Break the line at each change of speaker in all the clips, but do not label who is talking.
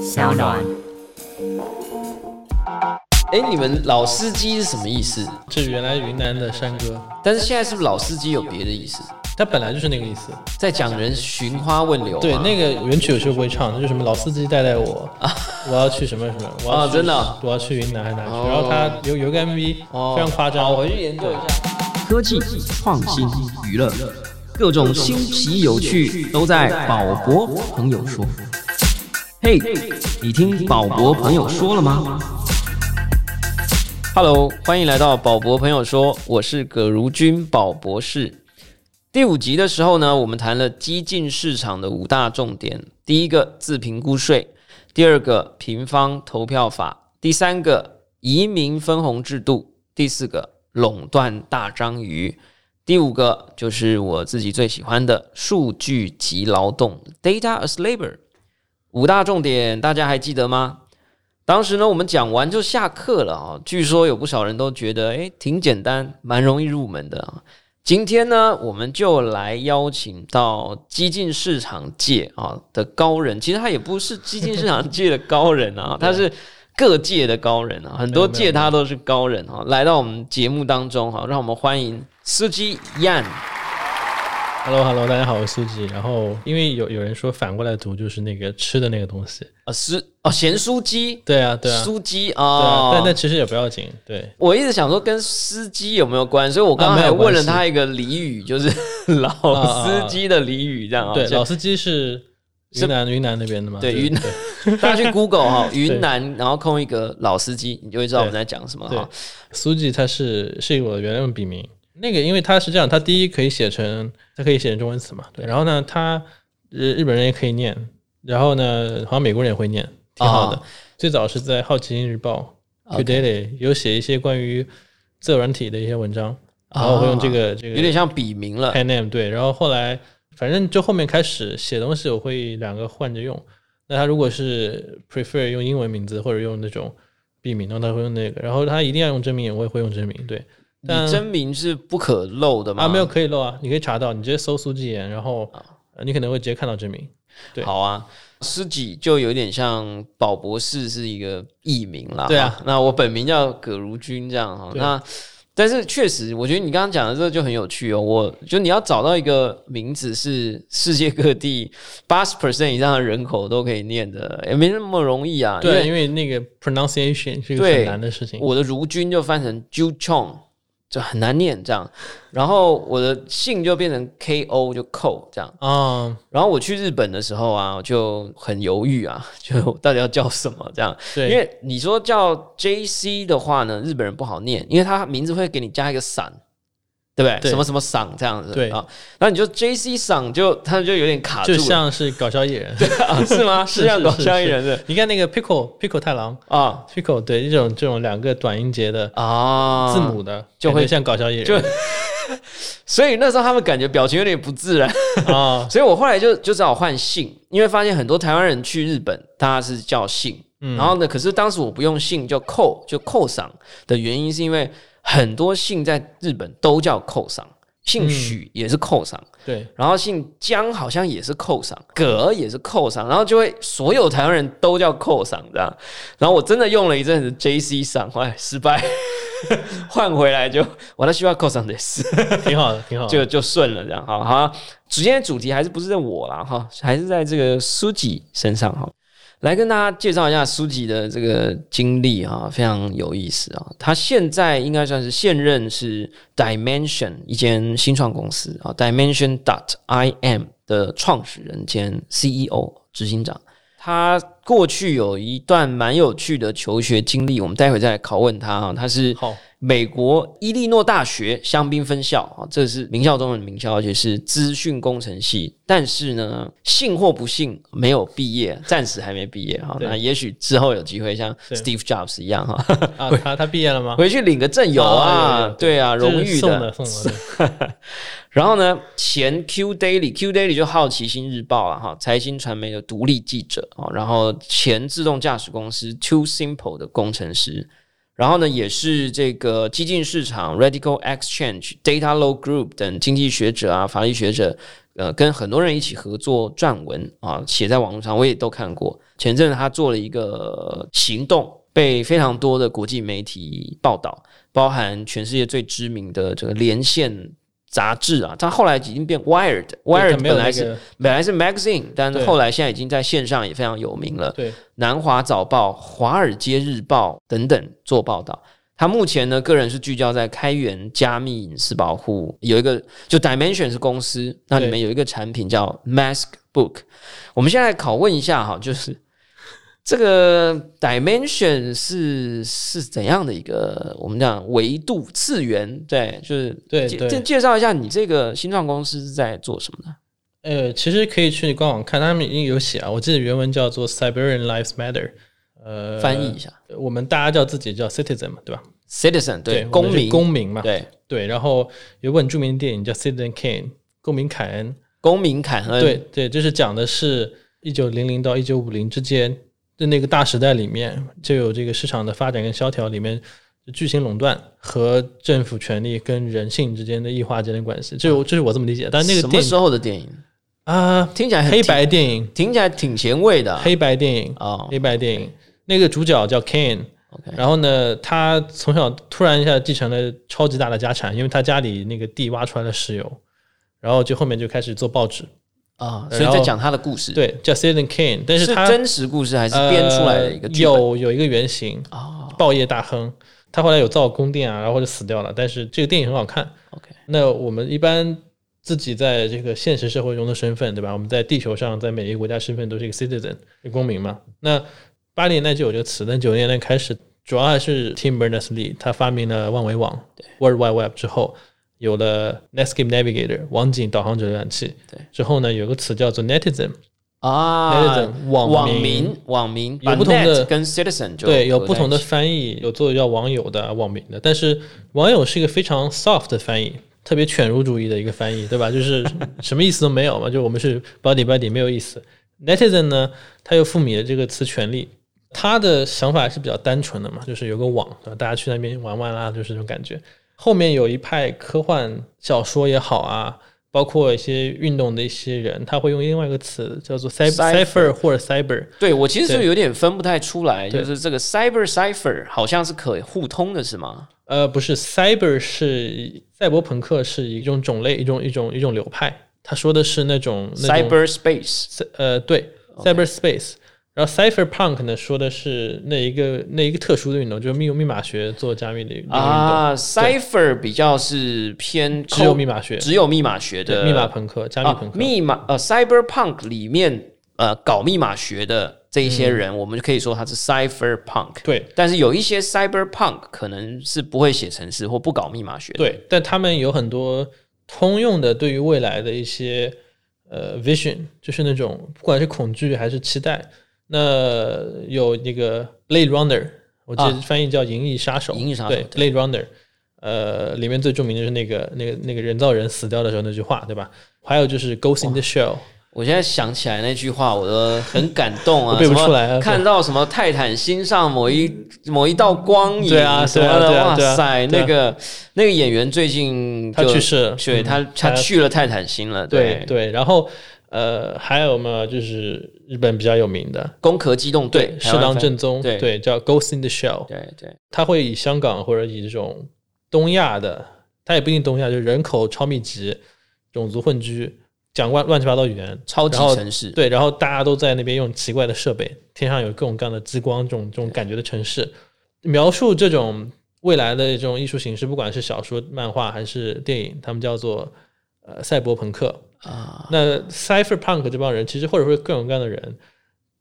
小暖。
哎，你们老司机是什么意思？
这原来云南的山歌，
但是现在是不是老司机有别的意思？
它本来就是那个意思。
在讲人寻花问柳吗。
对，那个原曲我是不会唱，就是什么老司机带带 我，我要去什么什么，我
啊
要去
真的啊
我要去云南还是哪去？
哦
然后它有有一个 MV，
哦
非常夸张。
好，我回去研究一下。
科技、创新、娱乐，各种新奇有趣都在宝博朋友说。嘿、你听宝博朋友说了吗？
Hello，欢迎来到宝博朋友说，我是葛如君宝博士。第五集的时候呢，我们谈了激进市场的五大重点：第一个自评估税，第二个平方投票法，第三个移民分红制度，第四个垄断大章鱼，第五个就是我自己最喜欢的数据及劳动 （Data as Labor）。五大重点大家还记得吗？当时呢，我们讲完就下课了啊、据说有不少人都觉得，诶，挺简单，蛮容易入门的啊。今天呢，我们就来邀请到激进市场界啊的高人，其实他也不是激进市场界的高人 啊，他是各界的高人啊，很多
没
界
有没有
他都是高人啊。来到我们节目当中哈、让我们欢迎司机 Yan。
Hello Hello，大家好，我是苏吉。然后因为有有人说反过来读就是那个吃的那个东西，
啊，是哦，咸酥鸡，
对啊对啊，
酥鸡
对啊
啊，
但但其实也不要紧，对。
我一直想说跟司机有没有关，所以我刚刚
啊没
还
有
问了
关系
他一个俚语，就是 老司机的俚语，这样啊。
对，
就
老司机是
是
云南云南那边的嘛？
对云
南。
大家去 Google 哈，云南，然后空一个老司机，你就会知道我们在讲什么了
对
哈。
苏记它是是我原来的笔名，那个因为它是这样，它第一可以写成它可以写成中文词嘛，对。然后呢，它呃日日本人也可以念，然后呢，好像美国人也会念，挺好的。
啊
最早是在《好奇心日报》
OK
Today 有写一些关于自由软体的一些文章，然后我会用这个、这个
啊有点像笔名了
pen name 对，然后后来反正就后面开始写东西，我会两个换着用。那他如果是 prefer 用英文名字或者用那种笔名，那他会用那个。然后他一定要用真名，我也会用真名。对，但
你真名是不可漏的吗？哦
啊没有可以漏啊，你可以查到，你直接搜苏纪言，然后呃你可能会直接看到真名。对
好啊，司己就有点像宝博士是一个艺名啦。
对啊，
那我本名叫葛如君这样哈。
对啊
那但是确实，我觉得你刚刚讲的这个就很有趣哦。我就你要找到一个名字是 世界各地八十 percent 以上的人口都可以念的，也没那么容易啊。
对，
因
因
为
为那个 pronunciation 是一个
对
很难的事情。
我的如君就翻成 Ju Chong，就很难念这样。然后我的姓就变成 K O 就扣这样。
啊，
然后我去日本的时候啊，我就很犹豫啊， 就到底要叫什么这样。因
对，
为你说叫 J C 的话呢，日本人不好念，因为他名字会给你加一个“伞”，对不对？
对
什么什么“伞”这样子。
对
啊，那你就 J C 伞就他就有点卡住
就
了，
像是搞笑艺人。
啊 是吗？
是
是像
是
搞
是
笑艺
是
人的
你看那个 pickle pickle 太郎
啊
pickle，对，这种这种两个短音节的
啊
字母的，
就
感觉
会
像搞笑艺人
就所以那时候他们感觉表情有点不自然，
啊，
所以我后来就就只好换姓，因为发现很多台湾人去日本，他是叫姓，
嗯
然后呢，可是当时我不用姓就扣就扣赏的原因，是因为很多姓在日本都叫扣赏，姓许也是扣赏，
对
然后姓江好像也是扣赏，葛也是扣赏，然后就会所有台湾人都叫扣赏这样。然后我真的用了一阵子 J C 赏，后来失败， 换回来就我的需要扣赏的是。
挺好的，挺好的。
就就顺了这样哈。好，今天主题还是不是在我啦哈，还是在这个书籍身上哈。来跟大家介绍一下书籍的这个经历啊，非常有意思啊。他现在应该算是现任是 Dimension 一间新创公司啊，Dimension dot I M 的创始人兼 CEO 执行长。他过去有一段蛮有趣的求学经历，我们待会再来拷问他啊。他是
好，
美国伊利诺大学香槟分校啊，这是名校中的名校，而且是资讯工程系。但是呢，幸或不幸，没有毕业，暂时还没毕业哈。
对
那也许之后有机会像
对
Steve Jobs 一样哈，
啊，他他毕业了吗？
回去领个证有
啊有
啊
有有，
对啊，
这 是
荣誉
送的送 的，
然后呢，前 Q Daily，Q Daily 就好奇心日报了哈，财新传媒的独立记者啊，然后前自动驾驶公司 Too Simple 的工程师，然后呢，也是这个激进市场 Radical Exchange、Data Law Group 等经济学者啊、法律学者呃，跟很多人一起合作撰文啊，写在网络上，我也都看过。前阵子他做了一个行动，被非常多的国际媒体报道，包含全世界最知名的这个连线杂志啊，它后来已经变 Wired，Wired
没有
本来
那
是
个
本来是 magazine，但是
对
后来现在已经在线上也非常有名了。
对
南华早报、华尔街日报等等做报道。他目前呢，个人是聚焦在开源、加密、隐私保护，有一个就 Dimension 是公司，那里面有一个产品叫 Mask Book。我们现在拷问一下哈，就是 这个 Dimension 是是怎样的一个我们讲维度次元？对，就是
对
介
对
介介绍一下你这个新创公司是在做什么呢？
呃，其实可以去官网看，他们已经有写啊。我记得原文叫做 “Siberian Lives Matter”，呃，
翻译一，下
我们大家叫自己叫 citizen 嘛，对吧？
，citizen 对
我们
公
是
民
公民啊嘛，
对
对。然后有一部很著名的电影叫《Citizen Kane》，公民凯恩，
公民呃感恩
对对，就是讲的是一九零零到一九五零之间的那个大时代里面，就有这个市场的发展跟萧条里面。巨型垄断和政府权力跟人性之间的异化之间的关系，这我这是我这么理解。呃但那个
什么
电影
时候的电影？
啊，
听起来很
黑白电影，
挺，听起来挺前卫的啊。
黑白电影，
哦
黑白啊电影，那个主角叫 Kane。
，OK，
然后呢，他从小突然一下继承了超级大的家产，因为他家里那个地挖出来了石油，然后就后面就开始做报纸，
啊，所
然
以
后
在讲他的故事，，
对，叫 Citizen Kane，但
是
他
真实故事还是编出来的一个
呃
剧本？
有有一个原型，
哦
报业大亨，他后来有造宫殿啊，然后就死掉了，但是这个电影很好看。
，OK，
那我们一般自己在这个现实社会中的身份，对吧？我们在地球上，在每一个国家身份都是一个 citizen，一个公民嘛。那八零年代就有这个词，但九零年代开始，主要还是 Tim Berners-Lee 他发明了万维网 （World Wide Web） 之后，有了 Netscape Navigator 网景导航者浏览器。
对，
之后呢，有个词叫做 netizen，
啊
Citizen，，网
网
民
民，网民，
有
把
不同
net
的
跟 citizen 就
对，有
合
不
在
同的
一起
翻译，有做的叫网友的、网民的，但是网友是一个非常 soft 的翻译，特别犬儒主义的一个翻译，对吧？就是什么意思都没有嘛，就我们是 body body 没有意思。netizen 呢，它有赋予了这个词权利，他的想法是比较单纯的嘛，就是有个网，对吧大家去那边玩玩啦、就是这种感觉。后面有一派科幻小说也好啊，包括一些运动的一些人，他会用另外一个词叫做 cyber
Cypher
cypher 或者 cyber，
对我其实就
对
有点分不太出来，
对
就是这个 cyber cipher 好像是可互通的，是吗？
呃，不是，cyber 是赛博朋克是一种种类，一种一种一种流派。他说的是那种那种
cyber space
呃对 cyberspace，然后 cypherpunk 呢说的是那一个那一个特殊的运动，就是密密码学做加密的一个运动，
啊，cipher 比较是偏
只有密码学，
只有密码学
对
的
密码朋克、加密
啊
朋，克。
密码呃，cyberpunk 里面呃搞密码学的这一些人，我们就可以说他是 cypherpunk。
嗯对
但是有一些 cyberpunk 可能是不会写程式或不搞密码学的。
对，但他们有很多通用的对于未来的一些呃 vision，就是那种不管是恐惧还是期待。那有那个 Blade Runner，我记得
啊
翻译叫《银翼杀手》，
银翼杀手
对 Blade Runner，呃，里面最著名的就是那个那个那个人造人死掉的时候那句话，对吧？还有就是 Ghost in the Shell，
我现在想起来那句话，我都很感动啊！
我背不
什么
出来啊
看到什么泰坦星上某一某一道光影，
对啊
什么的，
对啊对啊对啊
哇塞，
对啊
那个那个演员最近
他
就
去世了
对
嗯
他他
他
去了泰坦星了，
对，对，然后呃还有嘛，就是日本比较有名的。
攻壳机动队，台
适
湾
当
翻
正宗，
对
对，叫 Ghost in the Shell，
对对，
它会以香港或者以这种东亚的，它也不一定东亚，就是人口超密集、种族混居、讲乱乱七八糟语言，
超级
然后
城市，
对，然后大家都在那边用奇怪的设备，天上有各种各样的激光，这种这种感觉的城市，描述这种未来的这种艺术形式，不管是小说、漫画还是电影，他们叫做呃赛博朋克啊。那 cypherpunk 这帮人，其实或者说各种各样的人，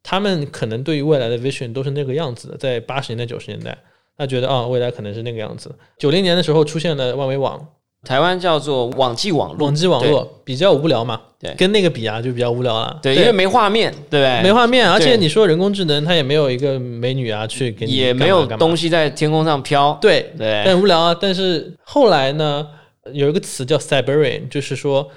他们可能对于未来的 vision 都是那个样子的，在八十年代、九十年代，他觉得啊、未来可能是那个样子。九零年的时候出现了万维网，
台湾叫做网际网络，
网际网络比较无聊嘛，
对
跟那个比啊就比较无聊了，
对，对，因为没画面，对不对？
没画面，而且
哎对
你说人工智能，它也没有一个美女啊去给你
也
干嘛
没有
干嘛
东西哎在天空上飘，
对，
对
但无聊啊。但是后来呢，有一个词叫 Siberian，就是说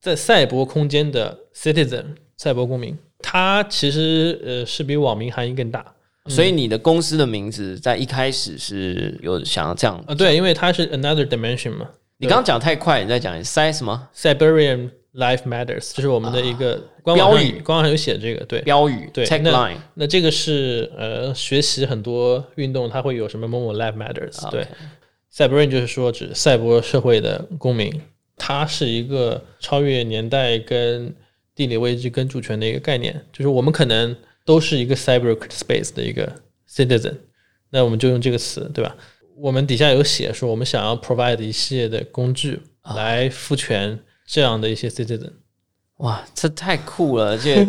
在赛博空间的 citizen 赛博公民，它其实呃是比网民含义更大啊、
所以你的公司的名字在一开始是有想要这样，
呃对，因为它是 another dimension 嘛
你刚刚讲太快，你再讲一 size 吗？
，Siberian Life Matters，这是我们的一个官网上
啊标语
官网上有写这个对。
标语
对
tagline，
那这个是呃，学习很多运动，它会有什么某某 Life
啊
Matters？对，赛博人就是说指赛博社会的公民，它是一个超越年代跟地理位置跟主权的一个概念，就是我们可能都是一个 cyber space 的一个 citizen，那我们就用这个词，对吧？我们底下有写说，我们想要 provide 一系列的工具
啊
来赋权这样的一些 citizen。
哇，这太酷了，而 且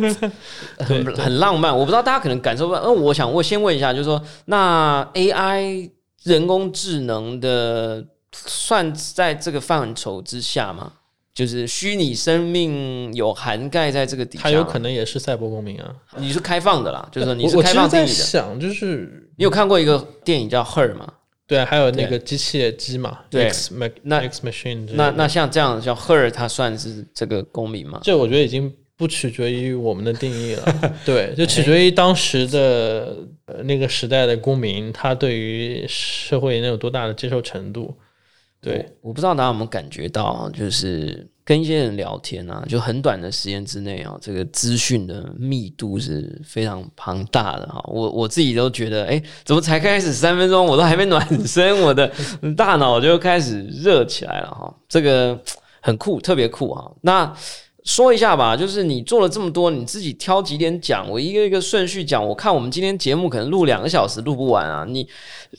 很很浪漫。我不知道大家可能感受不到。嗯，我想我先问一下，就是说，那 AI 人工智能的算在这个范畴之下吗？就是虚拟生命有涵盖在这个底下吗，
它有可能也是赛博公民啊，
你是开放的啦，就是说你
我
是
我
开
其
放
实
定
在
义的。
想，就是
你有看过一个电影叫《Her》吗？
对啊，还有那
对
个机械机嘛
对
，X Mac
那
X Machine 之类的
那那像这样的叫 Her，它算是这个公民吗？
这我觉得已经不取决于我们的定义 了，对，就取决于当时的、呃那个时代的公民，他对于社会能有多大的接受程度。对，
我不知道大家有没有感觉到啊，就是跟一些人聊天啊，就很短的时间之内啊，这个资讯的密度是非常庞大的哈。我我自己都觉得，哎、怎么才开始三分钟，我都还没暖身，我的大脑就开始热起来了哈。这个很酷，特别酷哈。那说一下吧，就是你做了这么多，你自己挑几点讲，我一个一个顺序讲。我看我们今天节目可能录两个小时录不完啊，你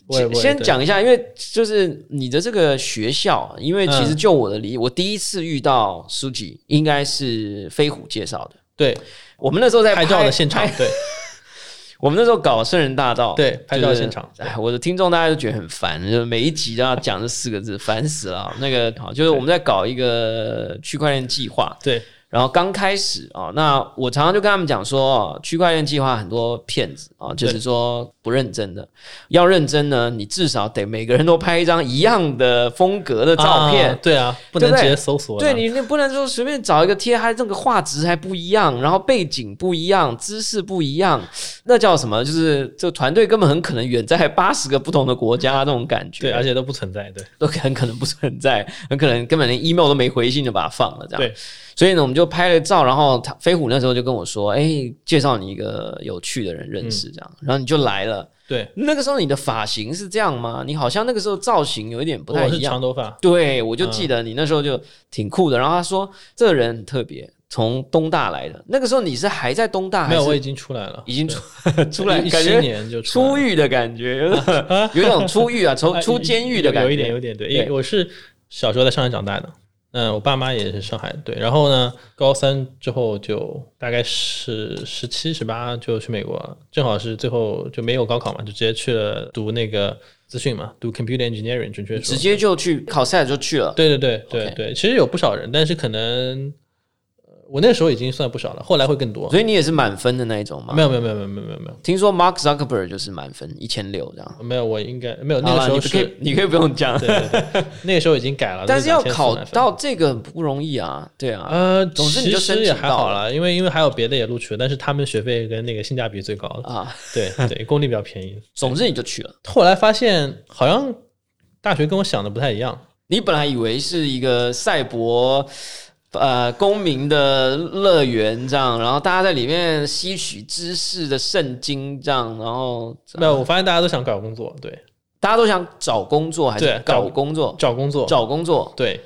不会
先
不会
先
对
讲一下，因为就是你的这个学校，因为其实
嗯
就我的理解，我第一次遇到书籍应该是飞虎介绍的。
对，
我们那时候在
拍照的现场
拍，
对
我们那时候搞圣人大道，
对拍照
就是
现场
哎，我的听众大家都觉得很烦，就是每一集都要讲这四个字，烦死了。那个好，就是我们在搞一个区块链计划，
对
然后刚开始啊、那我常常就跟他们讲说，哦区块链计划很多骗子啊、就是说不认真的。要认真呢，你至少得每个人都拍一张一样的风格的照片。
啊对啊，不
对
能
不对
直接搜索的，
对你，你不能说随便找一个贴，它这个画质还不一样，然后背景不一样，姿势不一样，那叫什么？就是这团队根本很可能远在八十个不同的国家那种感觉。
对，而且都不存在，对
都很可能不存在，很可能根本连 email 都没回信就把它放了这样。
对，
所以呢，我们就拍了照，然后他飞虎那时候就跟我说：“哎、介绍你一个有趣的人认识这样。然后你就来了。
对，
那个时候你的发型是这样吗？你好像那个时候造型有一点不太
我
一
是
样
长。头发，
对，我就记得你那时候就挺酷的。然后他说这个人很特别，从东大来的。那个时候你是还在东大还
没
是
有，我已经出来了，
已经出出
对
来，
一
感
七
觉
年就出来了
出狱的感觉，有种有一 种出狱啊，从
啊
出
有
监狱的感觉，
有有一点，有一点对，因
对
为我是小时候在上海长大的，嗯，我爸妈也是上海的，对，然后呢，高三之后就大概是十七、十八就去美国了，正好是最后就没有高考嘛，就直接去了读那个资讯嘛，读 computer engineering，准确说，
直接就去考赛就去了。
对对对对
OK
对，其实有不少人，但是可能呃我那时候已经算不少了，后来会更多，
所以你也是满分的那一种吗？
没
有，
有没有没有没有没有没有没有
听说 Mark Zuckerberg 就是满分一千六这样。
没有，我应该没有那
好
个
啦
时候
你可
是
以，你可以不用讲，
对对对，那个时候已经改了，
但是要
那个2400
考
分
到这个很不容易啊，对啊，
呃，
总之你
其
就申
实也
请
还
到
好
了
啦，因为因为还有别的也录取了，但是他们学费跟那个性价比最高的，
啊，
对对，公立比较便宜。
总之你就去了。
后来发现好像大学跟我想的不太 一样，
你本来以为是一个赛博。呃，公民的乐园这样，然后大家在里面吸取知识的圣经这样，然后
没有，我发现大家都想搞工作，对，
大家都想找工作还是
对
搞
找
工作？
找工作，
找工作，
对，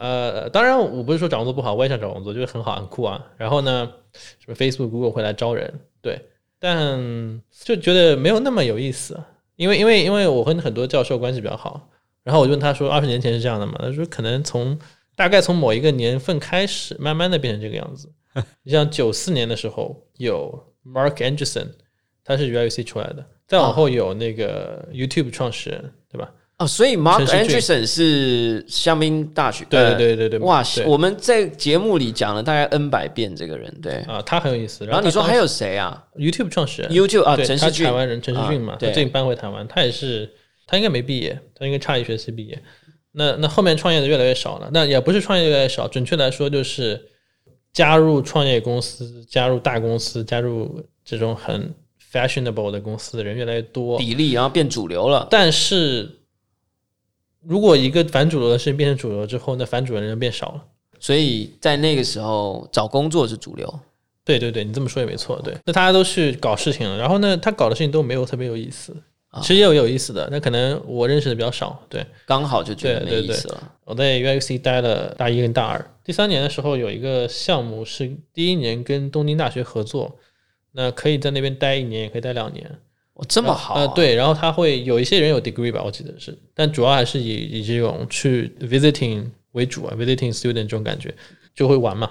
呃，当然我不是说找工作不好，我也想找工作，就是很好很酷啊。然后呢，什么 Facebook、Google 会来招人，对，但就觉得没有那么有意思，因为因为因为我跟很多教授关系比较好，然后我就问他说，二十年前是这样的嘛？他说可能从大概从某一个年份开始，慢慢的变成这个样子。你像九四年的时候有 Mark Anderson，他是 UIC 出来的，再往后有那个 YouTube 创始人，对吧？
哦，所以 Mark
陈世俊
Anderson 是香槟大学，
对
呃
对对对对，
哇，
对
我们在节目里讲了大概 N 百遍这个人，对。
啊，他很有意思。
然后
他
你说
当
还有谁啊
YouTube 创始人
？YouTube 啊，
对，
陈
他
世
是
俊
台，湾人，陈世俊嘛，
啊
他
对
最近搬回台湾，他也是，他应该没毕业，他应该差一学期毕业。那那后面创业的越来越少了，那也不是创业越来越少，准确来说就是加入创业公司、加入大公司、加入这种很 fashionable 的公司的人越来越多。
比例然后变主流了，
但是，如果一个反主流的事情变成主流之后，那反主流的人变少了。
所以在那个时候找工作是主流。
对对对，你这么说也没错。对，那大家都去搞事情了，然后呢，他搞的事情都没有特别有意思，
啊
其实也有有意思的，那可能我认识的比较少。对，
刚好就觉得没
对对
意
对
思了。
我在 UXC 待了大一跟大二，第三年的时候有一个项目是第一年跟东京大学合作，那可以在那边待一年，也可以待两年。
哦，这么好、啊
呃，，对，然后他会有一些人有 degree 吧，我记得是，但主要还是以以这种去 visiting 为主啊，visiting student 这种感觉，就会玩嘛，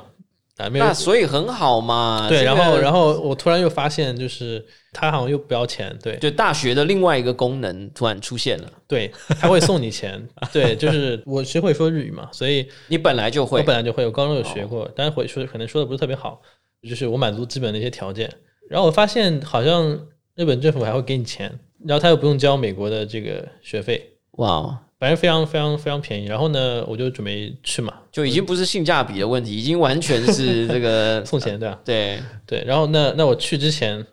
啊，没有
那所以很好嘛。
对，
啊这
然
个
后然后我突然又发现，就是他好像又不要钱，对
就大学的另外一个功能突然出现了，
对，他会送 你钱，对，就是我学会说日语嘛，所以
你本来就
我
会哦
本来就会，我高中有学过，但是回说可能说的不是特别好，就是我满足基本的一些条件，然后我发现好像日本政府还会给你钱，然后他又不用交美国的这个学费。
哇哦，
反正非常非常非常便宜。然后呢，我就准备去嘛，
就已经不是性价比的问题，已经完全是这 个
送钱对吧、
对
对，然后那那我去之前，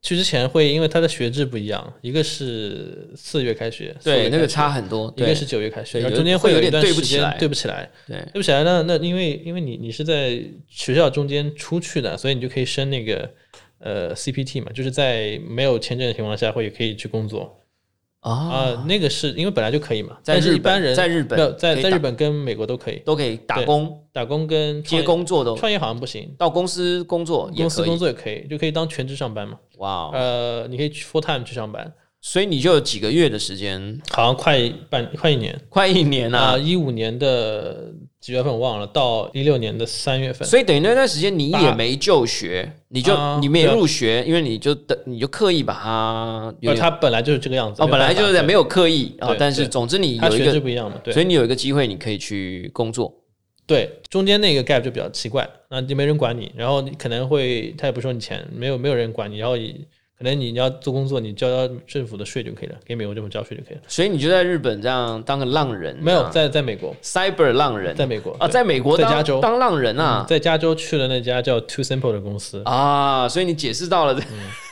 去之前会因为它的学制不一样，一个是四月开学，四
对
月
那个
开学
差很多，
一个
对
是九月开学，
对
然后
有
中间
会有
有
点
一段
对
时
不起
间
来
对不起来，
对
对不起来。那那因为因为你你是在学校中间出去的，所以你就可以申那个呃 CPT 嘛，就是在没有签证的情况下，会也可以去工作啊、
啊，
那个是因为本来就可以嘛，
在
但是
日
一般
本
人
在日本
没有在
可以
在日
打
本跟美国都可以
都可以打
对
工、
打工跟创
接
业
工作都
创业好像不行，
到公司工作也
公司
可
工
以，
作也可以，就可以当全职上班嘛。
哇哦，
呃，你可以去 full time 去上班，
所以你就有几个月的时间，
好像快半快一年
快一年
啊，
啊，
一五、年的几月份我忘了，到一六年的三月份。
所以等于那段时间你
呃八
也没就学，你就、
啊
你没
对啊
入学，因为你就等你就刻意把它有
呃，
点
他本来就是这个样子，
哦，
没有
本来
办法
就是没有刻意啊、
对
但是
对
总之你
他
有一
学制
个，
不一样嘛，对，
所以你有一个机会你可以去工作，
对中间那个 gap 就比较奇怪，那就没人管你，然后你可能会他也不收你钱，没有没有人管你，然后也可能你要做工作，你交交政府的税就可以了，给美国政府交税就可以了。
所以你就在日本这样当个浪人，
没有
啊
在在美国，
cyber 浪人，
在美国
啊，在美国
在
当
加州嗯
当浪人啊、
在加州去了那家叫 Too Simple 的公司，
啊，所以你解释到了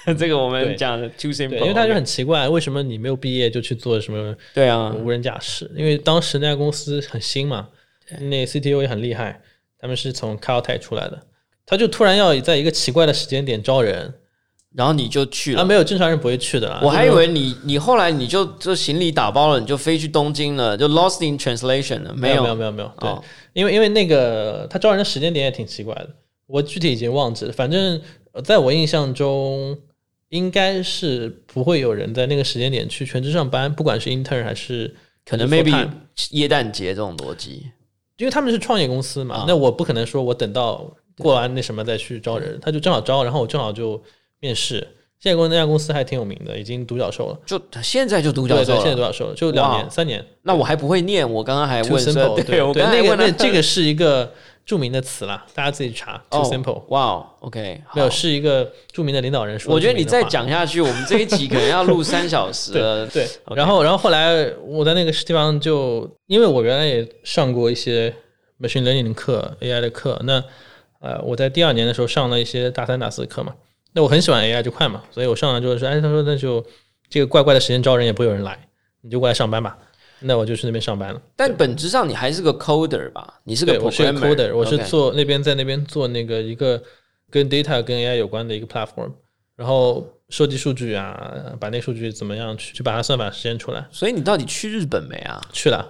这、 这个我们
嗯对
讲的 too simple，
对，因为他就
OK
很奇怪，为什么你没有毕业就去做什么
对啊，
无人驾驶？因为当时那家公司很新嘛，那 CTO 也很厉害，他们是从 Caltech 出来的，他就突然要在一个奇怪的时间点招人，
然后你就去了。
啊，没有正常人不会去的啦。
我还以
就是
为你，你后来你就就行李打包了，你就飞去东京了，就 lost in translation 了，
没有
有
没有没有没有，对，
哦
因为因为那个他招人的时间点也挺奇怪的，我具体已经忘记了，反正呃在我印象中。应该是不会有人在那个时间点去全职上班，不管是 intern 还是
可能
full time
maybe 耶诞节这种逻辑，
因为他们是创业公司嘛，
啊
那我不可能说我等到过完那什么再去招人，他就正好招，然后我正好就面试。现在公那家公司还挺有名的，已经独角兽了，
就现在就独角兽
对对，现在独
了。
角兽了，就两
哇
年三年。
那我还不会念，我刚刚还
Too
问
simple，
说，
对
我
对，
刚才
那个
问
那
了
这个是一个著名的词啦，大家自己查。Too
哦
simple，
哇哦，OK，好
没有是一个著名的领导人说的
我觉得你
著名
再
的话。
讲下去，我们这一集可能要录三小时了。
对，然后然后后来我在那个地方就，因为我原来也上过一些 machine learning 的课、AI 的课，那呃我在第二年的时候上了一些大三、大四的课嘛，那我很喜欢 AI 这块嘛，所以我上来就是说，哎，他说那就这个怪怪的时间招人也不会有人来，你就过来上班吧，那我就去那边上班了。
但本质上你还是个 coder 吧？你是个
对，我是个
programmer，
coder，我是
OK
做那边在那边做那个一个跟 data 跟 AI 有关的一个 platform，然后收集数据啊，把那数据怎么样去去把它算法实现出来。
所以你到底去日本没啊？
去了，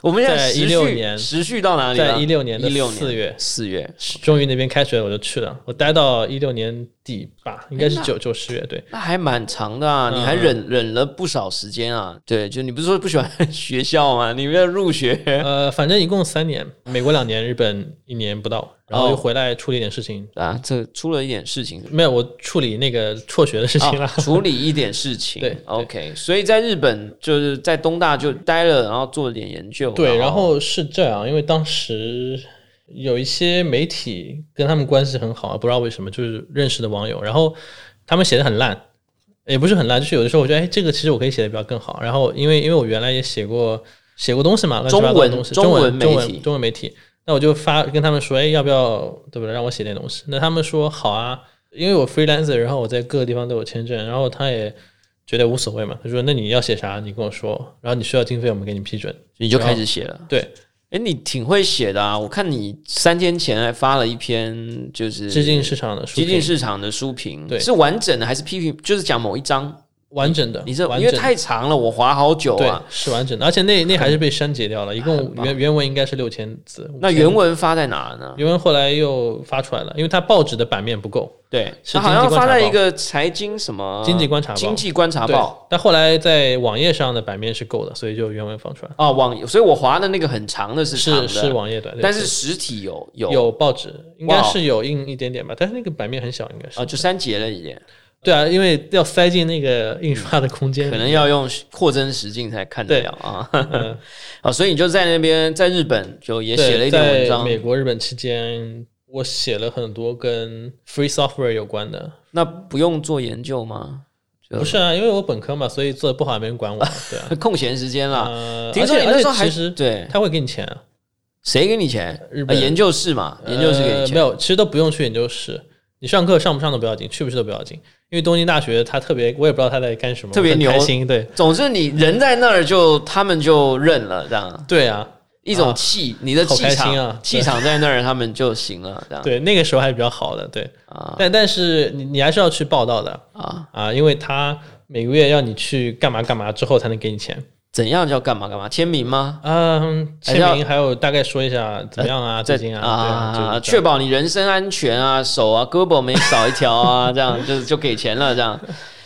我们现
在
时
16
序
年
时序到哪里了？
在16年的
16
四月
四月，
终于那边开学了，我就去了。我待到一六年底吧，应该是
哎那
九九十月对。
那还蛮长的啊，
嗯
你还忍忍了不少时间啊。对，就你不是说不喜欢学校吗？ 你要入学
呃，反正一共三年，美国两年，日本一年不到，然
哦
后又回来处理点事情。
啊，这出了一点事情。
没有，我处理那个辍学的事情了。
啊、处理一点事情，
对对
，OK。所以在日本就是在东大就待了，然后做了点研究，
对，然后是这样，因为当时有一些媒体跟他们关系很好，不知道为什么，就是认识的网友，然后他们写的很烂，也不是很烂，就是有的时候我觉得，哎，这个其实我可以写的比较更好。然后因为因为我原来也写过写过东西嘛，乱七八糟的东西，
中
中
文中文
中
媒体
文中文媒体，那我就发跟他们说，哎，要不要对不对，让我写点东西？那他们说好啊，因为我 freelancer，然后我在各个地方都有签证，然后他也。觉得无所谓嘛，他说：“那你要写啥，你跟我说，然后你需要经费，我们给你批准。”
你就开始写了。
对，
哎，你挺会写的啊！我看你三天前还发了一篇，就是
激进市场的书
激
评，
进市场的书评，
对
是完整的还是批评？就是讲某一章，
完整的，
你这
嗯完
因为
整的
太长了，我划好久
对
啊。
是完整的，而且那那还是被删节掉了，一共
很棒
原原文应该是六千字，
那
5000
原文发在哪呢？
原文后来又发出来了，因为它报纸的版面不够，
对，
是
它
经济
好像
观
发
察
在一
报
个财经什么
经济观察报
经济观察
对
报，
但后来在网页上的版面是够的，所以就原文放出来，
啊网，所以我划的那个很长的是长
是
的，
是网页的，对
但是
对
实体有有
有报纸，应该
哇哦
是有印一点点吧，但是那个版面很小，应该是
啊，就删节了一点，
对啊，因为要塞进那个印刷的空间里，
可能要用扩增实境才看得
嗯对
了啊。
嗯
啊，所以你就在那边，在日本就也
对
写了一篇文章
在。美国、日本期间，我写了很多跟 free software 有关的。
那不用做研究 吗？就
不是啊，因为我本科嘛，所以做的不好也没人 管我。对啊，
空闲时间啦。
呃，
听
而
说
且
你那
而
时候
且
还
其实
对，
他会给你钱啊，
谁给你钱？
日
啊
本
研究室嘛，研究室给你
呃
钱。
没有，其实都不用去研究室，你上课上不上都不要紧，去不去都不要紧，因为东京大学它特别，我也不知道它在干什么，
特别
我很开
牛
心。对
总之你人在那儿就他们就认了，这样
对啊，
一种气，你的
好
气
开
场
心啊
气
对
场在那儿，他们就行了，这样
对那个时候还比较好的，对，
啊
但但是你你还是要去报道的
啊，
啊，因为他每个月要你去干嘛干嘛之后才能给你钱。
怎样叫干嘛干嘛？签名吗？
嗯，
还是要
签名还有大概说一下怎么样啊，最近啊，对啊，
啊，
就
确保你人身安全啊，手啊胳膊没少一条啊，这 样就就给钱了这样。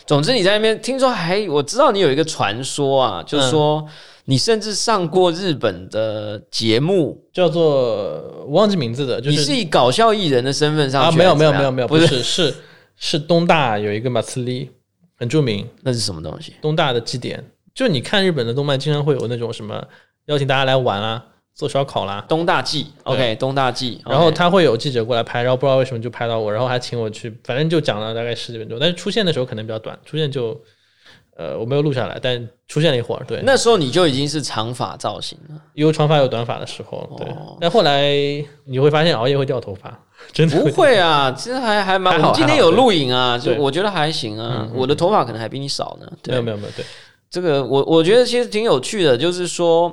总之你在那边听说还我知道你有一个传说啊，就是说、
嗯
你甚至上过日本的节目，
叫做我忘记名字的，就
你是以搞笑艺人的身份上
啊，
去
没有
还是
没有
怎么
没有
样
没有，
不
不是是是东大有一个马斯利很著名，
那是什么东西？
东大的祭典，就你看日本的动漫经常会有那种什么邀请大家来玩啊，做烧烤啦，
东大纪，OK，东大纪，
然后
OK
他会有记者过来拍，然后不知道为什么就拍到我，然后还请我去，反正就讲了大概十几分钟，但是出现的时候可能比较短，出现就呃我没有录下来，但出现了一会儿，对，
那时候你就已经是长发造型 了，
有长发有短发的时候，对，
哦
但后来你会发现熬夜会掉头发， 真的
不会啊，其实还还蛮。
还
我
好
们今天
还
有
好
录影啊，就
对嗯
我觉得还行啊，我的头发可能还比你少呢。
没
对
有没有没有，对，
这个我我觉得其实挺有趣的，就是说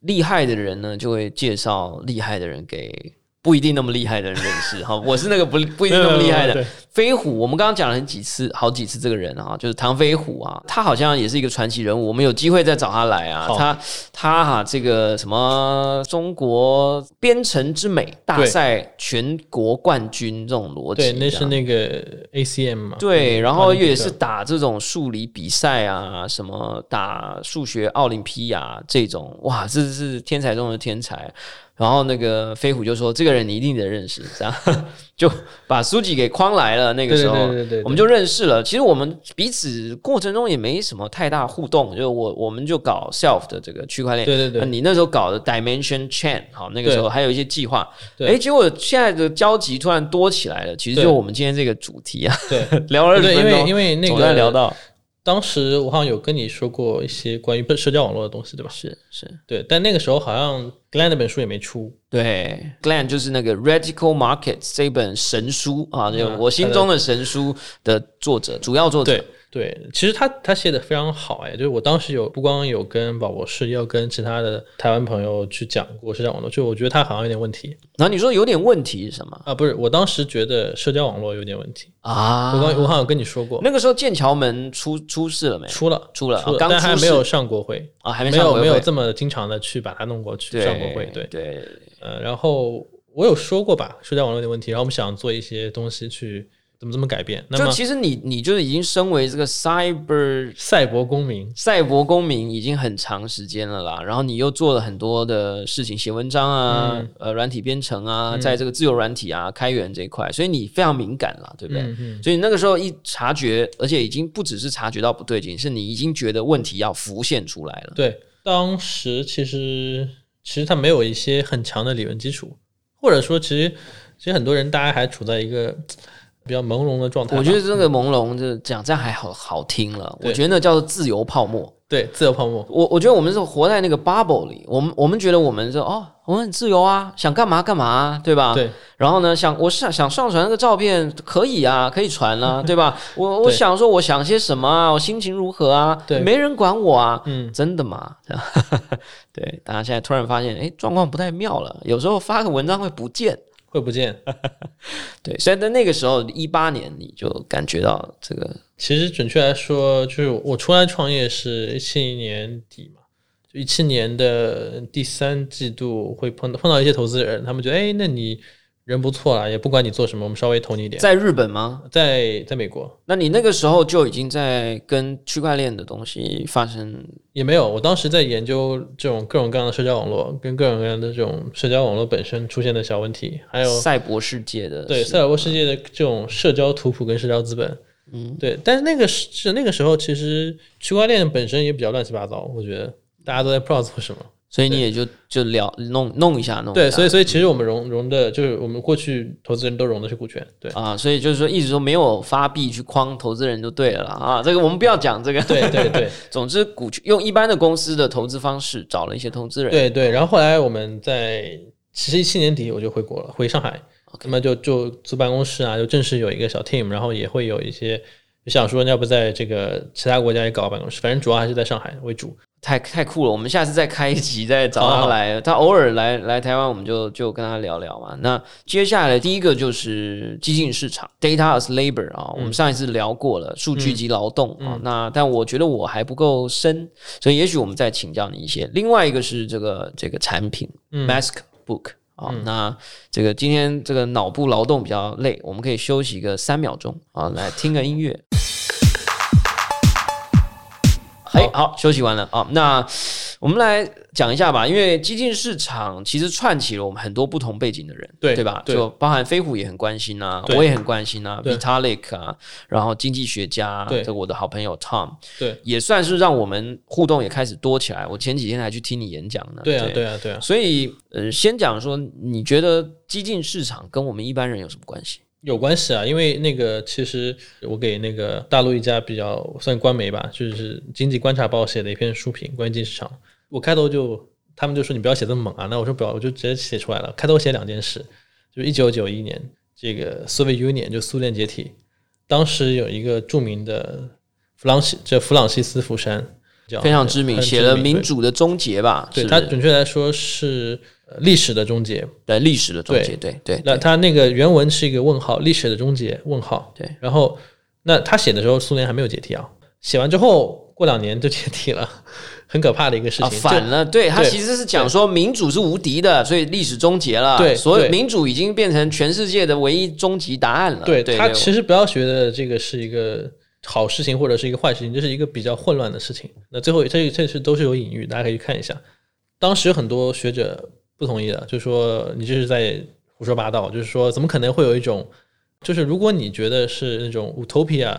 厉害的人呢，就会介绍厉害的人给不一定那么厉害的人认识哈。我是那个不不一定那么厉害
没有没有没
的
有 对
飞虎，我们刚刚讲了很几次，好几次这个人啊，就是唐飞虎啊，他好像也是一个传奇人物，我们有机会再找他来啊。
好
他他哈、这个什么中国编程之美大
对
赛全国冠军这种逻辑这啊
对，
样，
那是那个 ACM 嘛。
对，然
啊奥
后
林匹克
也是打这种数理比赛啊，什么打数学奥林匹亚这种，哇，这是天才中的天才。然后那个飞虎就说：“这个人你一定得认识。”这样 就把书记给框来了。那个时候，
对对对对对
我们就认识了。其实我们彼此过程中也没什么太大互动，就我我们就搞 self 的这个区块链。
对对对
那你那时候搞的 Dimension Chain，好，那个时候
对
还有一些计划。
对
诶，结果现在的交集突然多起来了，其实
对
就我们今天这个主题啊。
对，
聊 了二
对，
十
因
分
为
钟，
因为那
总
个
算聊到
当时我好像有跟你说过一些关于社交网络的东西，对吧？
是是，
对，但那个时候好像 Glenn 那本书也没出，
对，Glenn 就是那个《Radical Markets》这本神书啊，就
嗯
我心中的神书的作者，主要作者
对对，其实他他写的非常好哎，就是我当时有不光有跟宝博士，也有跟其他的台湾朋友去讲过社交网络，就我觉得他好像有点问题
然后你说有点问题是什么
啊，不是，我当时觉得社交网络有点问题，我刚
啊？
我好像有跟你说过，
那个时候剑桥门出出事了没？
出了
出了啊
出了，
刚
但还
出
没有
事
上国会，
啊，还
没
没上
有
国
没有
会
这么经常的去把它弄过去
对
上国会，对，
对
呃，然后我有说过吧，社交网络的问题，然后我们想做一些东西去怎么怎么改变，那
就
么
其实你你就是已经身为这个 cyber
赛博公民。
赛博公民已经很长时间了啦，然后你又做了很多的事情，写文章啊，
嗯
呃，软体编程啊，在这个自由软体啊、开源这一块，所以你非常敏感啦，对不对？
嗯嗯，
所以那个时候一察觉，而且已经不只是察觉到不对劲，是你已经觉得问题要浮现出来了。
对，当时其实其实它没有一些很强的理论基础，或者说其实其实很多人大家还处在一个比较朦胧的状态吧。
我觉得这个朦胧就是讲这样还好好听了，我
对
觉得那叫做自由泡沫。
对自由泡沫，
我我觉得我们是活在那个 bubble 里，我们我们觉得我们是哦，我们很自由啊，想干嘛干嘛、啊，对吧？。
对
然后呢，想我想想上传那个照片可以啊，可以传啊，对吧？我我
对
想说我想些什么啊，我心情如何啊？
对
没人管我啊。
嗯
真的吗？ 这样对，大家现在突然发现，哎，状况不太妙了。有时候发个文章会不见，
会不见。
对。所以在那个时候，一八年你就感觉到这个
其实准确来说，就是我出来创业是一七年底嘛，就一七年的第三季度会碰到碰到一些投资人，他们觉得哎，那你人不错啦，也不管你做什么，我们稍微投你一点。
在日本吗？
在在美国
那你那个时候就已经在跟区块链的东西发生
也没有，我当时在研究这种各种各样的社交网络，跟各种各样的这种社交网络本身出现的小问题，还有
赛博世界的
对
事
赛博世界的这种社交图谱跟社交资本。
嗯，
对，但是那个是是那个时候，其实区块链本身也比较乱七八糟，我觉得大家都在不知道做什么。
所以你也就就聊弄弄一下弄一下
对，所以所以其实我们融融的，就是我们过去投资人都融的是股权，对
啊，所以就是说一直说没有发币去框投资人就对了啦啊，这个我们不要讲这个。
对对对
总之，股权用一般的公司的投资方式找了一些投资人，
对对。然后后来我们在其实一七年底我就回国了，回上海，那么就就租办公室啊，就正式有一个小 team，然后也会有一些就想说要不在这个其他国家也搞办公室，反正主要还是在上海为主。
太太酷了。我们下次再开一集再找他来，他偶尔来来台湾，我们就就跟他聊聊嘛。那接下来第一个就是激进市场 （data as labor） 啊，我们上一次聊过了，数据及劳动啊。那但我觉得我还不够深，所以也许我们再请教你一些。另外一个是这个这个产品、Mask
嗯
Book。啊、那这个今天这个脑部劳动比较累，我们可以休息个三秒钟 啊，来听个音乐。哎，好，休息完了啊。那我们来讲一下吧，因为激进市场其实串起了我们很多不同背景的人，
对
对吧？
对
就包含飞虎也很关心啊，
对
我也很关心啊
对
，Vitalik 啊，然后经济学家啊，
对
这个我的好朋友 Tom，
对
也算是让我们互动也开始多起来。我前几天还去听你演讲呢，
对啊对啊对啊，
所以，呃，先讲说，你觉得激进市场跟我们一般人有什么关系？
有关系啊，因为那个其实我给那个大陆一家比较算官媒吧，就是《经济观察报》写的一篇书评，关于经济市场。我开头就他们就说你不要写这么猛啊，那我说不要，我就直接写出来了。开头写两件事，就是一九九一年这个 Soviet Union 就苏联解体，当时有一个著名的弗朗西，这弗朗西斯·福山，叫
嗯非常知名，
很
写了《
对
民主的终结》吧？
对
是
他
不是
准确来说是呃历史的终结，
对历史的终结，对对
那他那个原文是一个问号，历史的终结问号。
对，
然后那他写的时候，苏联还没有解体啊，写完之后过两年就解体了，很可怕的一个事情。
啊，反
就
了，对他
对
其实是讲说民主是无敌的，所以历史终结了，
对
所有
对
民主已经变成全世界的唯一终极答案了。
对
对
他
对
其实不要觉得这个是一个好事情或者是一个坏事情，这是一个比较混乱的事情。那最后这这是都是有隐喻，大家可以去看一下。当时很多学者不同意的，就说你这是在胡说八道，就是说怎么可能会有一种，就是如果你觉得是那种 utopia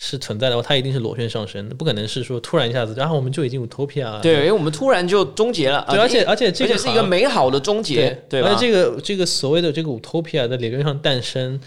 是存在的话，它一定是螺旋上升，的，不可能是说突然一下子，然、后我们就已经 utopia 了。
对，因为我们突然就终结了，啊
对，而且而且这
而
个
且是一个
好
美好的终结，对
而
吧？
且这个这个所谓的这个 utopia 在理论上诞生，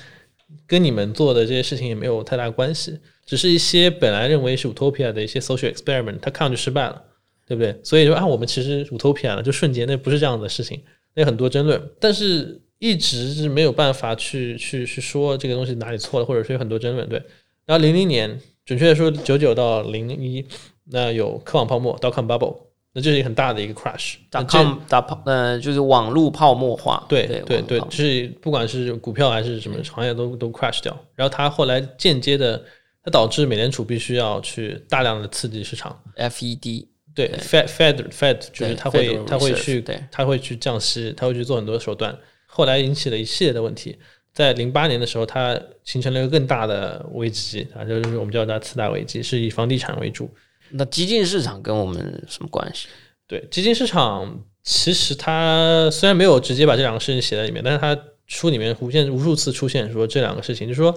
跟你们做的这些事情也没有太大关系，只是一些本来认为是 utopia 的一些 social experiment，它看上去失败了，对不对？所以说啊，我们其实 utopia 了，就瞬间那不是这样的事情，那有很多争论，但是一直是没有办法去去去说这个东西哪里错了，或者是有很多争论，对。然后零零年，准确的说九九到零一，那有科网泡沫 dotcom bubble，那这是一个很大的一个 crash。
打
那这
com 打泡呃，就是网络泡沫化，
对
啊网嗯
对
络
对
泡，沫
就是不管是股票还是什么行业都都 crash 掉，然后它后来间接的，它导致美联储必须要去大量的刺激市场，
FED
对 Fed Fed Fed 就是它会
Federal
它会
Reserve，
去
对
它会去降息，它会去做很多手段，后来引起了一系列的问题。在零八年的时候，它形成了一个更大的危机啊，就是我们叫它次贷危机，是以房地产为主。
那激进市场跟我们什么关系？
对，基金市场其实它虽然没有直接把这两个事情写在里面，但是它书里面无限无数次出现说这两个事情，就是说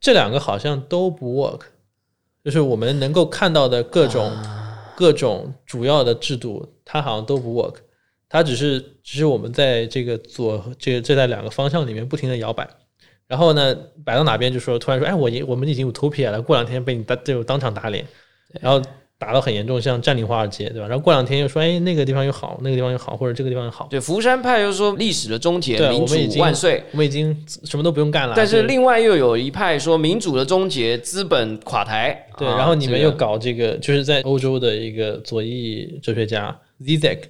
这两个好像都不 work，就是我们能够看到的各种、
啊
各种主要的制度，它好像都不 work，它只是只是我们在这个左这这在两个方向里面不停的摇摆。然后呢，摆到哪边就说突然说，哎，我已我们已经有 Utopia 了，过两天被你打就当场打脸，然后打到很严重，像占领华尔街，对吧？然后过两天又说，哎，那个地方又好，那个地方又好，或者这个地方又好，
对，福山派又说历史的终
对
结，
我
民
们已
主
经
万岁。
我们已经什么都不用干了。
但是
就
另外又有一派说民主的终结，资本垮台。
对，
啊
然后你们
这个
又搞这个，就是在欧洲的一个左翼哲学家 Zizek，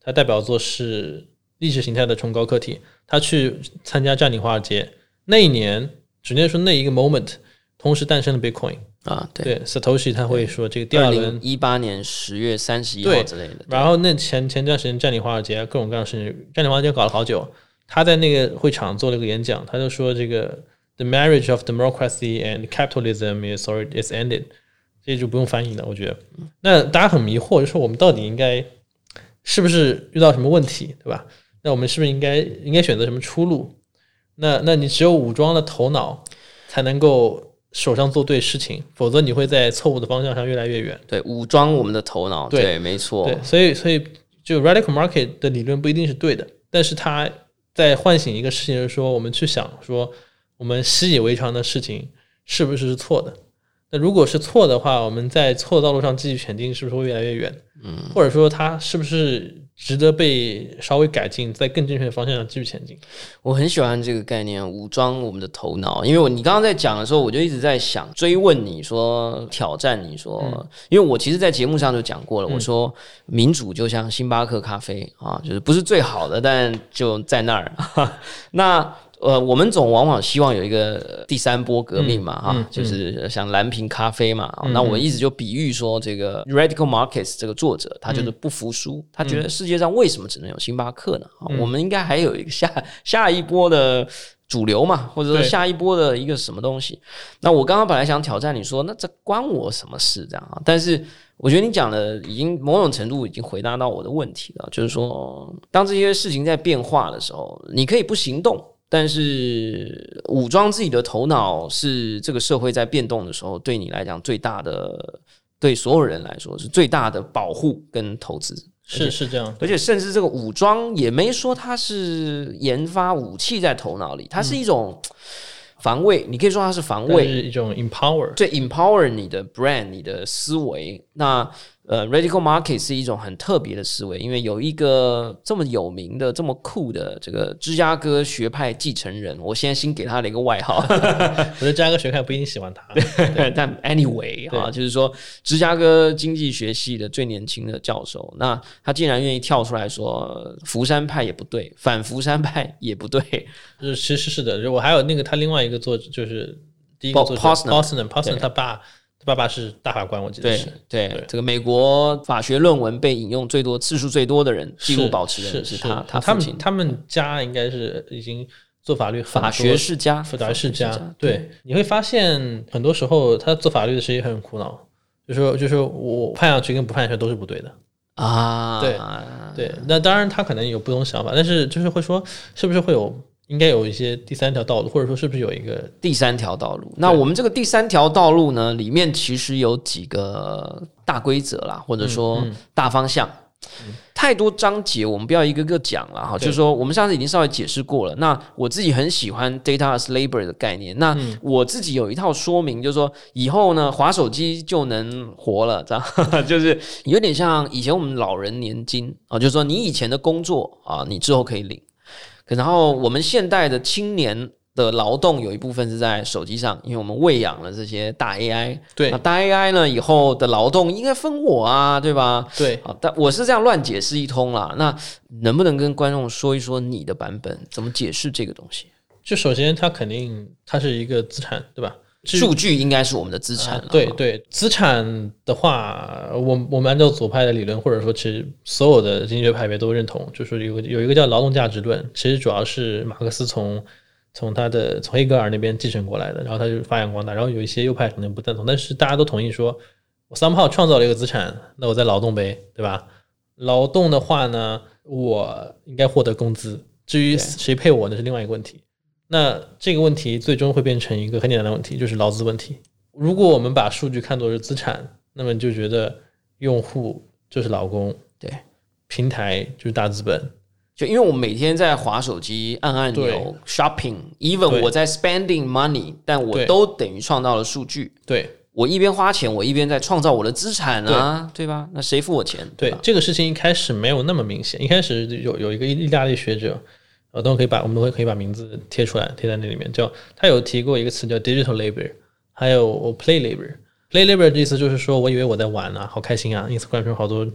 他代表作是意识形态的崇高课题。他去参加占领华尔街那一年，只能说那一个 moment，同时诞生了 Bitcoin
啊，对，
对。Satoshi 他会说这个第
二
二
零
轮，
一八年十月三十一号
对
之类的。
然后那前前段时间占领华尔街各种各样的事情，占领华尔街搞了好久。他在那个会场做了个演讲，他就说这个 the marriage of democracy and capitalism is or is ended，这就不用翻译了，我觉得。那大家很迷惑，就说我们到底应该是不是遇到什么问题，对吧？那我们是不是应该应该选择什么出路？那那你只有武装了头脑，才能够手上做对事情，否则你会在错误的方向上越来越远。
对，武装我们的头脑，
对
对，没错
对，，所以所以就 radical market 的理论不一定是对的，但是它在唤醒一个事情，就是说我们去想说我们习以为常的事情是不是是错的。那如果是错的话，我们在错的道路上继续前进，是不是会越来越远？嗯，或者说它是不是值得被稍微改进，在更正确的方向上继续前进？
我很喜欢这个概念，武装我们的头脑。因为我你刚刚在讲的时候，我就一直在想追问你说，挑战你说，
嗯
因为我其实，在节目上就讲过了，我说民主就像星巴克咖啡啊，就是不是最好的，但就在那儿。 那呃，我们总往往希望有一个呃第三波革命嘛，哈、
嗯嗯嗯
就是像蓝瓶咖啡嘛。啊那我一直就比喻说，这个 Radical Markets 这个作者，他
嗯
就是不服输，他觉得世界上为什么只能有星巴克呢？啊
嗯
我们应该还有一个下 下一波的。主流嘛，或者说
对
下一波的一个什么东西？那我刚刚本来想挑战你说，那这关我什么事这样啊？但是我觉得你讲的已经某种程度已经回答到我的问题了，就是说，当这些事情在变化的时候，你可以不行动，但是武装自己的头脑是这个社会在变动的时候，对你来讲最大的，对所有人来说是最大的保护跟投资。
是是这样，
而且甚至这个武装也没说它是研发武器在头脑里，它是一种防卫，你可以说它是防
但
卫，
是一种 empower。
最 empower 你的 brand、你的思维。那呃，radical market 是一种很特别的思维，因为有一个这么有名的、这么酷的这个芝加哥学派继承人，我现在新给他了一个外 号，
我觉得加个学派不一定喜欢他。
但 anyway 啊，就是说芝加哥经济学系的最年轻的教授，那他竟然愿意跳出来说，福山派也不对，反福山派也不 对，
就是其实是的，就我还有那个他另外一个作者，就是第一个
Bob
作者
Posner
Posner，Posner
对
他爸，他爸爸是大法官，我记得
对
是。
对
对，
这个美国法学论文被引用最多、次数最多的人，记录保持人
是
他，
他
父亲嗯
们。他们家应该是已经做法律很多
法学世家，
法律世
法学
家，对，你会发现很多时候他做法律的事也很苦恼，就说就说我判下去跟不判下去都是不对的，
啊，
对对，那当然他可能有不同想法，但是就是会说是不是会有应该有一些第三条道路，或者说是不是有一个
第三条道路。那我们这个第三条道路呢，里面其实有几个大规则啦，或者
嗯
说大方向。太多章节，我们不要一个个讲了哈。就是说，我们上次已经稍微解释过了。那我自己很喜欢 data as labor 的概念。那
嗯
我自己有一套说明，就是说以后呢，划手机就能活了，这样 就是有点像以前我们老人年金啊，就是说你以前的工作啊，你之后可以领。可然后我们现代的青年的劳动有一部分是在手机上，因为我们喂养了这些大 AI。
对
那大 AI 呢以后的劳动应该分我啊，对吧？
对
好，但我是这样乱解释一通啦。那能不能跟观众说一说你的版本怎么解释这个东西？
就首先，它肯定它是一个资产，对吧？至于
数据应该是我们的资产
啊
了、
对对，资产的话，我我们按照左派的理论，或者说其实所有的经济学派别都认同，就是有个有一个叫劳动价值论，其实主要是马克思从从他的从黑格尔那边继承过来的，然后他就发扬光大。然后有一些右派可能不赞同，但是大家都同意说，我 somehow 创造了一个资产，那我在劳动呗，对吧？劳动的话呢，我应该获得工资，至于谁配我那是另外一个问题。那这个问题最终会变成一个很简单的问题，就是劳资问题。如果我们把数据看作是资产，那么你就觉得用户就是劳工，
对，
平台就是大资本，
就因为我每天在划手机、按按
对
钮、shopping，even
对
我在 spending money，但我
对
都等于创造了数据。
对
我一边花钱，我一边在创造我的资产啊，对吧？那谁付我钱？
对
吧，
这个事情一开始没有那么明显，一开始有有一个意大利学者，呃，等会可以把我们会可以把名字贴出来，贴在那里面，叫他有提过一个词叫 digital labor，还有我 play labor。play labor 的意思就是说，我以为我在玩啊，好开心啊，Instagram 上好多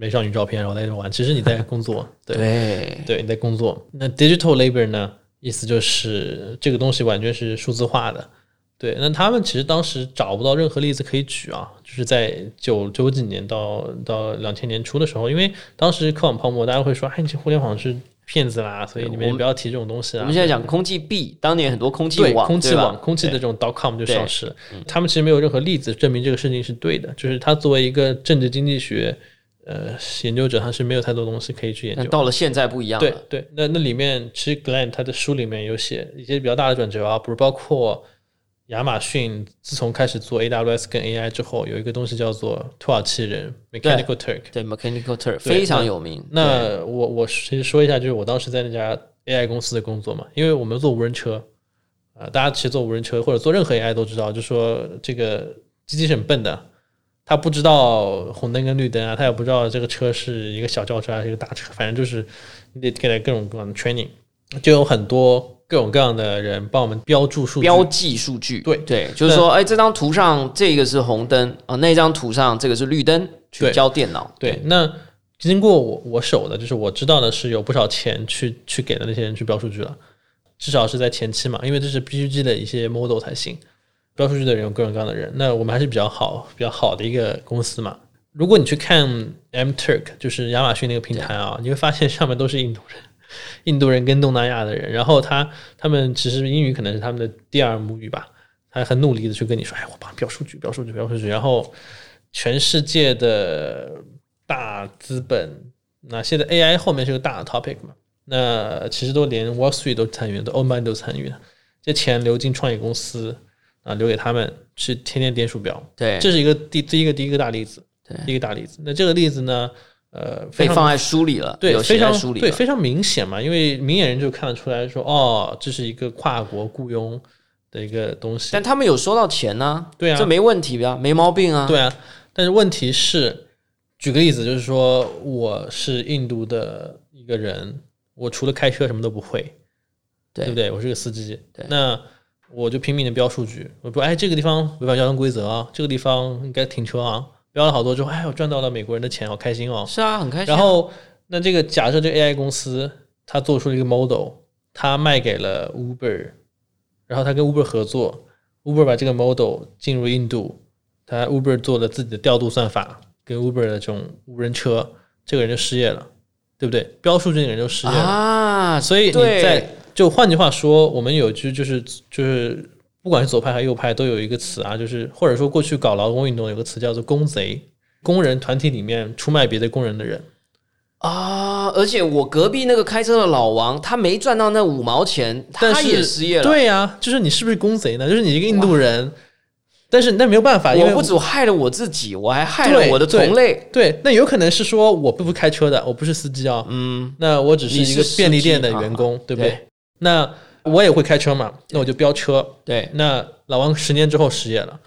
美少女照片，然后我在那玩，其实你在工作，对
对
对，你在工作。那 digital labor 呢，意思就是这个东西完全是数字化的。对，那他们其实当时找不到任何例子可以举啊，就是在九九几年到到两千年初的时候，因为当时科网泡沫，大家会说，哎，你这互联网是骗子啦，所以你
我
们
们
不要提这种东西啊。
我们现在讲空气币，当年很多空气
对，
网，
空气
对吧
网、空气的这
对嗯
种 dot com 就上市了。他们其实没有任何例子证明这个事情是对的，就是他作为一个政治经济学呃研究者，他是没有太多东西可以去研究
但
的。
到了现在不一样了。
对对，那那里面其实 Glenn 他的书里面有写一些比较大的转折啊，不是包括亚马逊自从开始做 AWS 跟 AI 之后，有一个东西叫做土耳其人 （Mechanical Turk）。
对 mechanical turk
对
非常
那
有名。对
那我我其实说一下，就是我当时在那家 AI 公司的工作嘛，因为我们做无人车，啊、大家其实做无人车或者做任何 AI 都知道，就说这个机器是很笨的，他不知道红灯跟绿灯啊，他也不知道这个车是一个小轿车还是一个大车，反正就是你得给他各种各样的 training，就有很多各种各样的人帮我们标注数据，
标记数据，
对
对，就是说，哎，这张图上这个是红灯啊，那张图上这个是绿灯，去
对
教电脑。
对，那经过我我手的，就是我知道的是有不少钱去去给了那些人去标数据了，至少是在前期嘛，因为这是 BGG 的一些 model 才行。标数据的人有各种各样的人，那我们还是比较好比较好的一个公司嘛。如果你去看 M Turk，就是亚马逊那个平台啊，你会发现上面都是印度人，印度人跟东南亚的人，然后他他们其实英语可能是他们的第二母语吧，他很努力的去跟你说，哎，我帮你标数据，标数据，标数据，然后全世界的大资本，那现在 AI 后面是个大的 topic 嘛，那其实都连 Wall Street 都参与了，都 Old Man 都参与了，这钱流进创业公司啊，留给他们去天天点鼠标，
对，
这是一个第第一个第一个大例子
对，
第一个大例子。那这个例子呢，呃，非
被
常
放在书里了，
对
有写
非
在
常
书里
对
了。
非常明显嘛，因为明眼人就看得出来说，哦，这是一个跨国雇佣的一个东西。
但他们有收到钱呢，
对啊
这没问题啊，没毛病啊。
对啊，但是问题是，举个例子，就是说我是印度的一个人，我除了开车什么都不会，
对
不对？我是个司机，
对
那我就拼命的标数据，我说哎，这个地方违反交通规则啊，这个地方应该停车啊，标了好多之后，哎，我赚到了美国人的钱，好开心哦。
是啊，很开心啊。
然后，那这个假设这个 AI 公司它做出了一个 model，它卖给了 Uber，然后它跟 Uber 合作，Uber 把这个 model 进入印度，它 Uber 做了自己的调度算法，跟 Uber 的这种无人车，这个人就失业了，对不对？标数据那个人就失业了，
啊，
所以你
对
在就换句话说，我们有一句就是就是。不管是左派还是右派，都有一个词啊，就是或者说过去搞劳工运动有个词叫做“工贼”，工人团体里面出卖别的工人的人。
啊，而且我隔壁那个开车的老王，他没赚到那五毛钱，
但
他
是
也失业了。，
对呀、就是你是不是公贼呢？就是你一个印度人，但是那没有办法，因为
啊我不只害了我自己，我还害了
对
我的
对
同类。
对，那有可能是说我不开车的，我不是司机啊、
嗯，
那我只是
你
一
是
个
司
便利
机
店的
啊
员工，对不
对
对？那我也会开车嘛，那我就飙车。
对，
那老王十年之后失业了，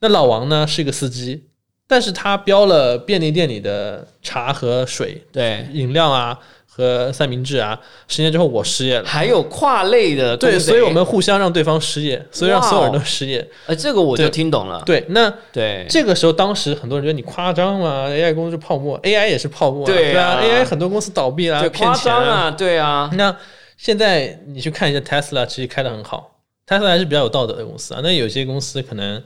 那老王呢是一个司机，但是他标了便利店里的茶和水、
对，
饮料啊和三明治啊，十年之后我失业了。
还有跨类的公贼
对，所以我们互相让对方失业，所以让所有人都失业。
呃，这个我就
对
听懂了。
对，那
对，
这个时候，当时很多人觉得你夸张嘛，AI 公司是泡沫，AI 也是泡沫、啊，
对
对
啊
，AI 很多公司倒闭啦、
对
骗
夸
钱
张。啊，对啊，
那现在你去看一下 Tesla，其实开的很好，Tesla 还是比较有道德的公司啊。那有些公司可能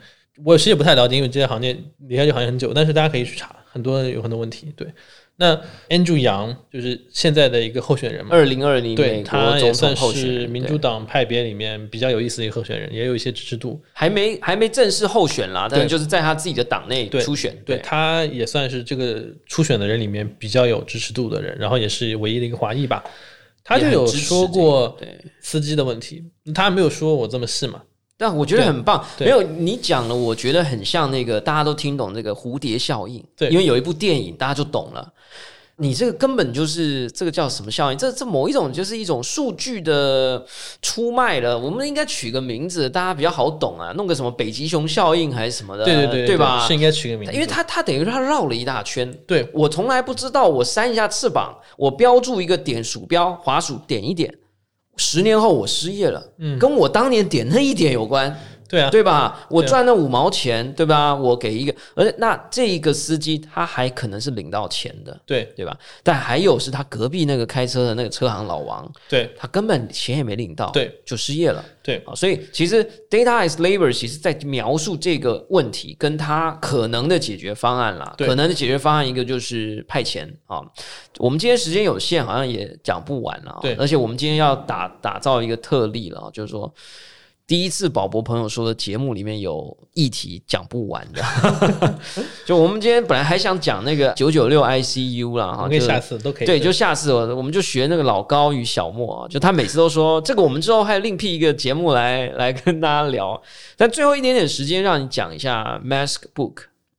我其实也不太了解，因为这些行业离开这个行业很久，但是大家可以去查，很多有很多问题。对，那 Andrew Yang 就是现在的一个候选人嘛，
二零二零
对
美
他
国
也
总
算
统候选
是
人，
民
对
主党派别里面比较有意思的一个候选人，也有一些支持度。
还没还没正式候选啦，但是
对
就是在他自己的党内
对
初选，
对
对
他也算是这个初选的人里面比较有支持度的人，然后也是唯一的一个华裔吧。他就
也很
有
支持
说过
这个对，
司机的问题，他没有说我这么细嘛。
但我觉得
对
很棒。
对
没有你讲了，我觉得很像那个大家都听懂那个蝴蝶效应，
对
因为有一部电影大家就懂了。你这个根本就是这个叫什么效应？这这某一种就是一种数据的出卖了。我们应该取个名字，大家比较好懂啊，弄个什么北极熊效应还是什么的，
对对
呃对
对
吧
是？应该取个名字，
因为它它等于它绕了一大圈。
对
我从来不知道，我扇一下翅膀，我标注一个点，鼠标滑鼠点一点，十年后我失业了，
嗯
跟我当年点那一点有 关。
对啊，
对吧？我
对啊
赚那五毛钱，对吧？我给一个，而且那这一个司机他还可能是领到钱的，
对
对吧？但还有是他隔壁那个开车的那个车行老王，
对
他根本钱也没领到，
对，
就失业了。
对
啊，所以其实 data is labor 其实在描述这个问题跟它可能的解决方案啦。
对
可能的解决方案一个就是派遣啊。我们今天时间有限，好像也讲不完了、啊。
对
而且我们今天要打打造一个特例了啊、就是说。第一次宝博朋友说的节目里面有议题讲不完的， 就我们今天本来还想讲那个九九六 ICU 啦，
我
哈，
们可以
啊就是
下次都可以
对，就下次我我们就学那个老高与小莫啊，就他每次都说这个，我们之后还另辟一个节目来来跟大家聊。但最后一点点时间，让你讲一下 Mask Book，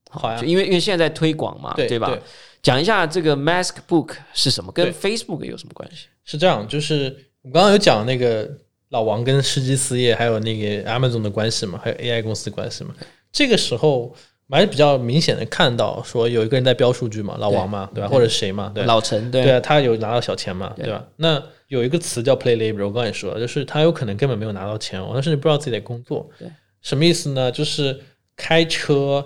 好呀
就，因为因为现在在推广嘛，
对
吧？讲一下这个 Mask Book 是什么，跟 Facebook 有什么关系？
是这样，就是我刚刚有讲那个老王跟世纪丝业还有那个 Amazon 的关系嘛，还有 AI 公司的关系嘛。这个时候我还是比较明显的看到说有一个人在标数据嘛，老王嘛，对吧？或者谁嘛，对吧
老陈对
对啊，他有拿到小钱嘛，对吧？那有一个词叫 play labor，我刚才也说了，就是他有可能根本没有拿到钱，我甚至不知道自己在工作。
对，
什么意思呢？就是开车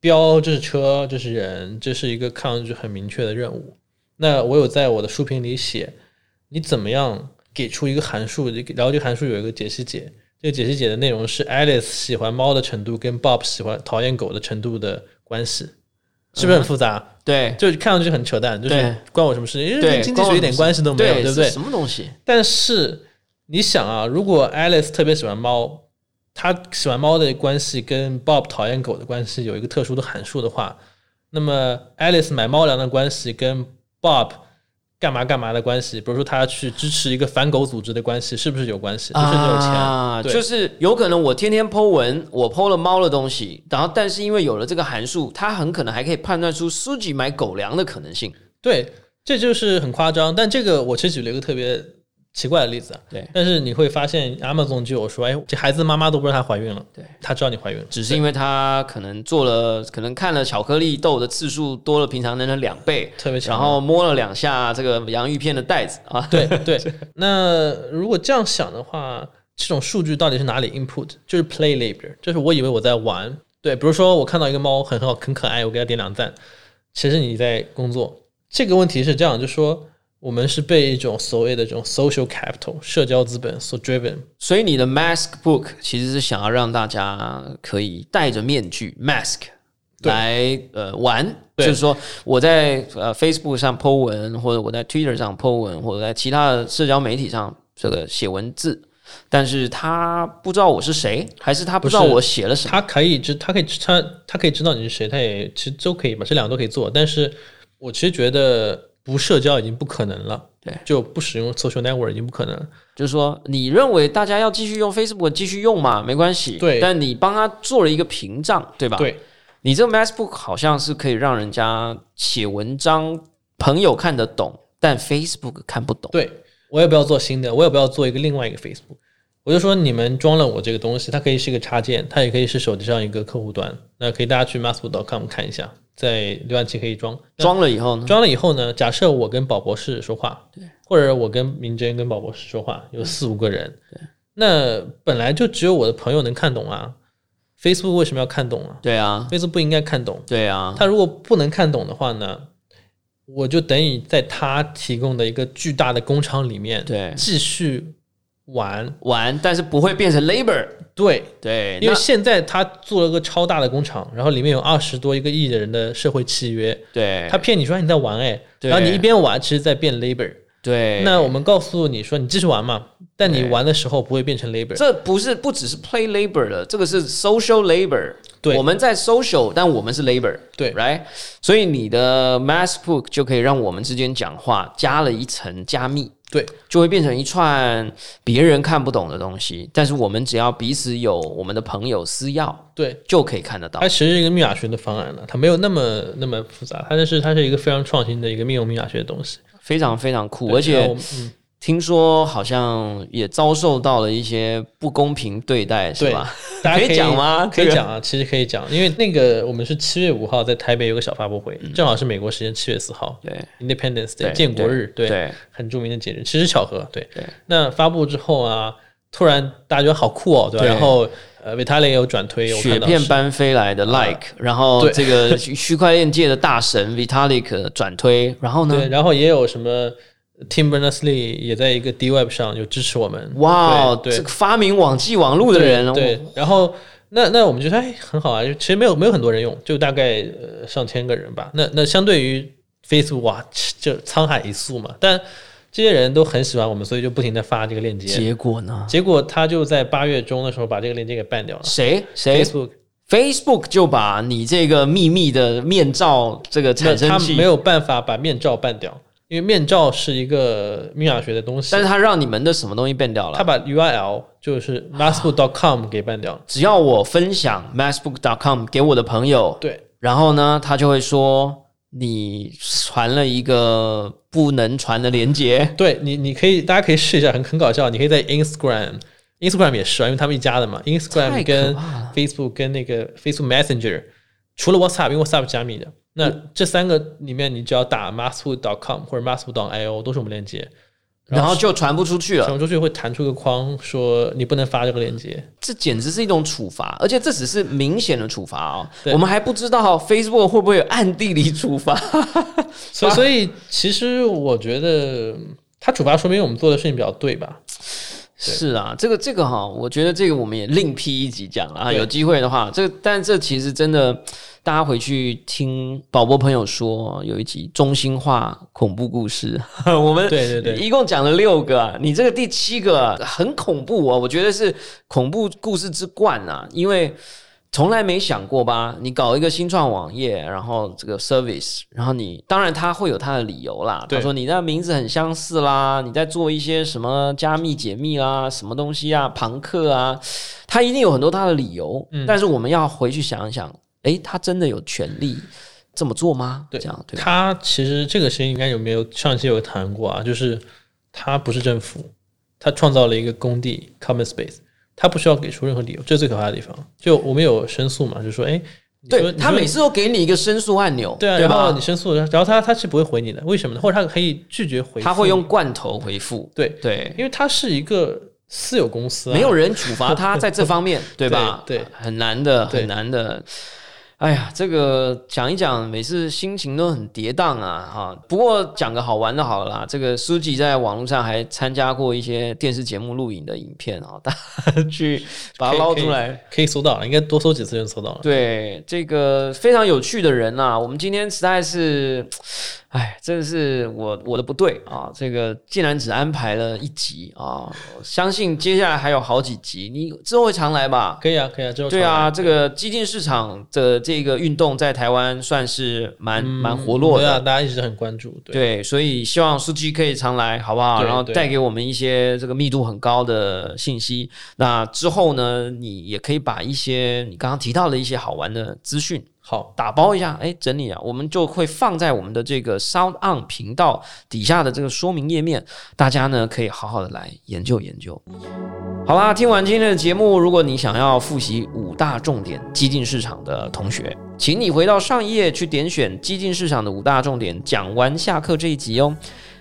标这是车，这是人，这是一个看上去很明确的任务。那我有在我的书评里写，你怎么样给出一个函数，然后这个函数有一个解析解，这个解析解的内容是 Alice 喜欢猫的程度跟 Bob 喜欢讨厌狗的程度的关系，是
嗯
不是很复杂？
对
就是看上去很扯淡，就是
对
关我什么事？因为
对
跟经济学一点关系都没有，对
对
不对
是？什么东西？
但是你想啊，如果 Alice 特别喜欢猫，她喜欢猫的关系跟 Bob 讨厌狗的关系有一个特殊的函数的话，那么 Alice 买猫粮的关系跟 Bob 干嘛干嘛的关系，比如说他去支持一个反狗组织的关系，是不是有关系？就是这种钱，
啊，
对
就是有可能我天天 Po 文，我 Po 了猫的东西，然后但是因为有了这个函数，它很可能还可以判断出苏吉买狗粮的可能性。
对，这就是很夸张。但这个我其实举了一个特别奇怪的例子啊。
对
但是你会发现，Amazon 就有说，哎，这孩子妈妈都不知道她怀孕了，
对，
她知道你怀孕了，
只是因为他可能做了，可能看了巧克力豆的次数多了平常人的两倍，
特别强
然后摸了两下这个洋芋片的袋子啊，
对 对。那如果这样想的话，这种数据到底是哪里 input？就是 play labor，就是我以为我在玩。对，比如说我看到一个猫很好很可爱，我给它点两赞，其实你在工作。这个问题是这样，就说我们是被一种所谓的这种 social capital 社交资本所 driven，
所以你的 mask book 其实是想要让大家可以戴着面具 mask
对
来呃玩，就
对
是说我在呃 Facebook 上 po 文，或者我在 Twitter 上 po 文，或者在其他的社交媒体上这个写文字，但是他不知道我是谁，还是他不知道
不是
我写了什么。
他可以知，他可以知他他可以知道你是谁，他也其实都可以吧，这两个都可以做。但是我其实觉得不社交已经不可能了，
对，
就不使用 social network 已经不可能了。
就是说，你认为大家要继续用 Facebook 继续用嘛，没关系。
对
但你帮他做了一个屏障，对吧？，
对
你这个 MacBook 好像是可以让人家写文章，朋友看得懂，但 Facebook 看不懂。
对，我也不要做新的，我也不要做一个另外一个 Facebook。我就说你们装了我这个东西，它可以是一个插件，它也可以是手机上一个客户端，那可以大家去 massbook.com 看一下，在浏览器可以装。
装了以后呢？
装了以后呢，假设我跟宝博士说话，或者我跟明真跟宝博士说话，
嗯
有四五个人，那本来就只有我的朋友能看懂啊。Facebook 为什么要看懂啊
对啊，
？Facebook 不应该看懂，
对啊，
他如果不能看懂的话呢，我就等于在他提供的一个巨大的工厂里面，
对
继续玩。
玩，但是不会变成 labor。
对，
对，哎
因为
那
现在他做了个超大的工厂，然后里面有二十多一个亿的人的社会契约，
对
他骗你说你在玩哎，
哎对
然后你一边玩，其实在变 labor。
对
那我们告诉你说，你继续玩嘛，但
哎
你玩的时候不会变成 labor。
这不是不只是 play labor 了，这个是 social labor。
对
我们在 social，但我们是 labor，
对
，right？所以你的 mass book 就可以让我们之间讲话加了一层加密，
对，
就会变成一串别人看不懂的东西。但是我们只要彼此有我们的朋友私钥，
对，
就可以看得到
它。其实是一个密码学的方案了，它没有那么那么复杂，它但是它是一个非常创新的一个应用密码学的东西。
非常非常酷，
对
而
然后
且
我嗯，
听说好像也遭受到了一些不公平对待，是
对
吧？
大家
可以讲吗
可以
这个
讲啊，其实可以讲，因为那个我们是七月五号在台北有个小发布会，正好是美国时间七月四号
嗯对
，Independence
对
Day 建国日，
对
对，很著名的节日，其实巧合，对
对。
那发布之后啊，突然大家觉得好酷哦，对吧？
对
然后呃，维塔雷也有转推，我看
雪
到
片
是啊
般飞来的 like，、然后
对
这个 区区块链界的大神 Vitalik 转推，然后
对，
呢，
然后也有什么 Tim Berners-Lee 也在一个 D Web 上有支持我们，
哇哦，
对对
这个发明网际网络的人，
对，然后那那我们觉得哎很好啊，就其实没有没有很多人用，就大概呃上千个人吧。那那相对于 Facebook 哇，就沧海一粟嘛。但这些人都很喜欢我们，所以就不停的发这个链接。
结果呢？
结果他就在八月中的时候把这个链接给办掉了。
谁谁
Facebook
Facebook 就把你这个秘密的面罩这个
那
产生
他
器
没，有办法把面罩办掉，因为面罩是一个密码学的东西。
但是他让你们的什么东西变掉了
他？把 URL 就是 massbook.com 给办掉了。
只要我分享 massbook.com 给我的朋友，
对
然后呢，他就会说你传了一个不能传的链接。
对你，你可以，大家可以试一下，很很搞笑。你可以在 Instagram。Instagram 也是啊，因为他们一家的嘛。
太
Instagram
可
跟
怕了
Facebook 跟那个 Facebook Messenger，除了 WhatsApp，因为 WhatsApp 加密的，那
嗯
这三个里面，你只要打 masswood.com 或者 masswood.io 都是我们链接，
然后就传不出去了，
传出去会弹出一个框说你不能发这个链接。
这简直是一种处罚，而且这只是明显的处罚哦。
对
我们还不知道 Facebook 会不会有暗地里处罚。
所以，
啊
所以其实我觉得他主罚说明我们做的事情比较对吧？
是啊，这个这个哈，我觉得这个我们也另辟一集讲了啊。
对
有机会的话，这个但这其实真的，大家回去听宝宝朋友说有一集中心化恐怖故事， 我们
对对对
一共讲了六个啊，你这个第七个啊很恐怖啊，我觉得是恐怖故事之冠啊，因为。从来没想过吧？你搞一个新创网页，然后这个 service，然后你当然他会有他的理由啦。
对
他说你那名字很相似啦，你在做一些什么加密解密啦，什么东西啊，朋克啊，他一定有很多他的理由。
嗯
但是我们要回去想一想，诶，他真的有权利这么做吗？
对
这样对吧？
他其实这个事情应该有没有上期有谈过啊？就是他不是政府，他创造了一个工地 common space，他不需要给出任何理由，这是最可怕的地方。就我们有申诉嘛，就说哎，你
对
说
他每次都给你一个申诉按钮，
对啊，
对
然后
吧
你？申诉，然后他他是不会回你的，为什么呢？或者他可以拒绝回复，
他会用罐头回复，
对，
对，
因为他是一个私有公司、啊，
没有人处罚他在这方 面，对吧？
对对
很难的，
对
很难的。哎呀，这个讲一讲，每次心情都很跌宕啊，哈。不过讲个好玩的好了啦，这个书记在网络上还参加过一些电视节目录影的影片啊，大家去把它
可以
捞
可以
出来。
可以搜到了，应该多搜几次就搜到了。
对，这个非常有趣的人呐、我们今天实在是，哎，真的是我我的不对啊！这个竟然只安排了一集啊，我相信接下来还有好几集，你之后会常来吧？
可以啊，可以啊，之后
对
传来
啊，，这个激进市场的这个运动在台湾算是蛮、蛮活络
对啊，
的。
大家一直很关注，对
对，所以希望书记可以常来，好不好？
对
然后
对
带给我们一些这个密度很高的信息。那之后呢，你也可以把一些你刚刚提到的一些好玩的资讯，
好，
打包一下，哎，整理啊，我们就会放在我们的这个 Sound On 频道底下的这个说明页面，大家呢可以好好的来研究研究。好啦，听完今天的节目，如果你想要复习五大重点激进市场的同学，请你回到上一页去点选激进市场的五大重点，讲完下课这一集哦。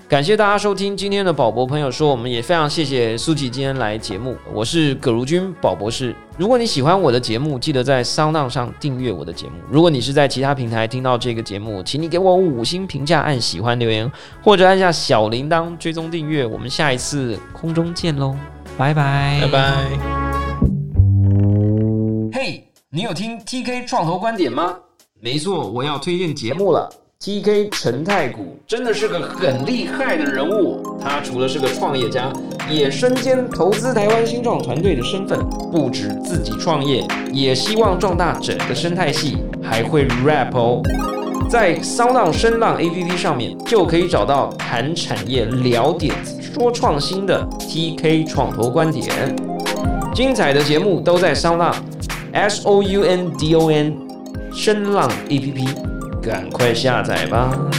感谢大家收听今天的宝博朋友说，我们也非常谢谢苏琪今天来节目，我是葛如君宝博士。如果你喜欢我的节目，记得在 Sound 上订阅我的节目。如果你是在其他平台听到这个节目，请你给我五星评价，按喜欢留言，或者按下小铃铛追踪订阅。我们下一次空中见喽，拜拜，
拜。拜。
嘿、你有听 TK 创投观点吗？没错，我要推荐节目了。 T.K. 陈太古真的是个很厉害的人物。他除了是个创业家，也身兼投资台湾新创团队的身份，不止自己创业，也希望壮大整个生态系，还会 rap 哦。在骚浪声浪 APP 上面就可以找到谈产业、聊点子、说创新的 T.K. 创投观点。精彩的节目都在骚浪 S O U N D O N 声浪 A P P，赶快下载吧。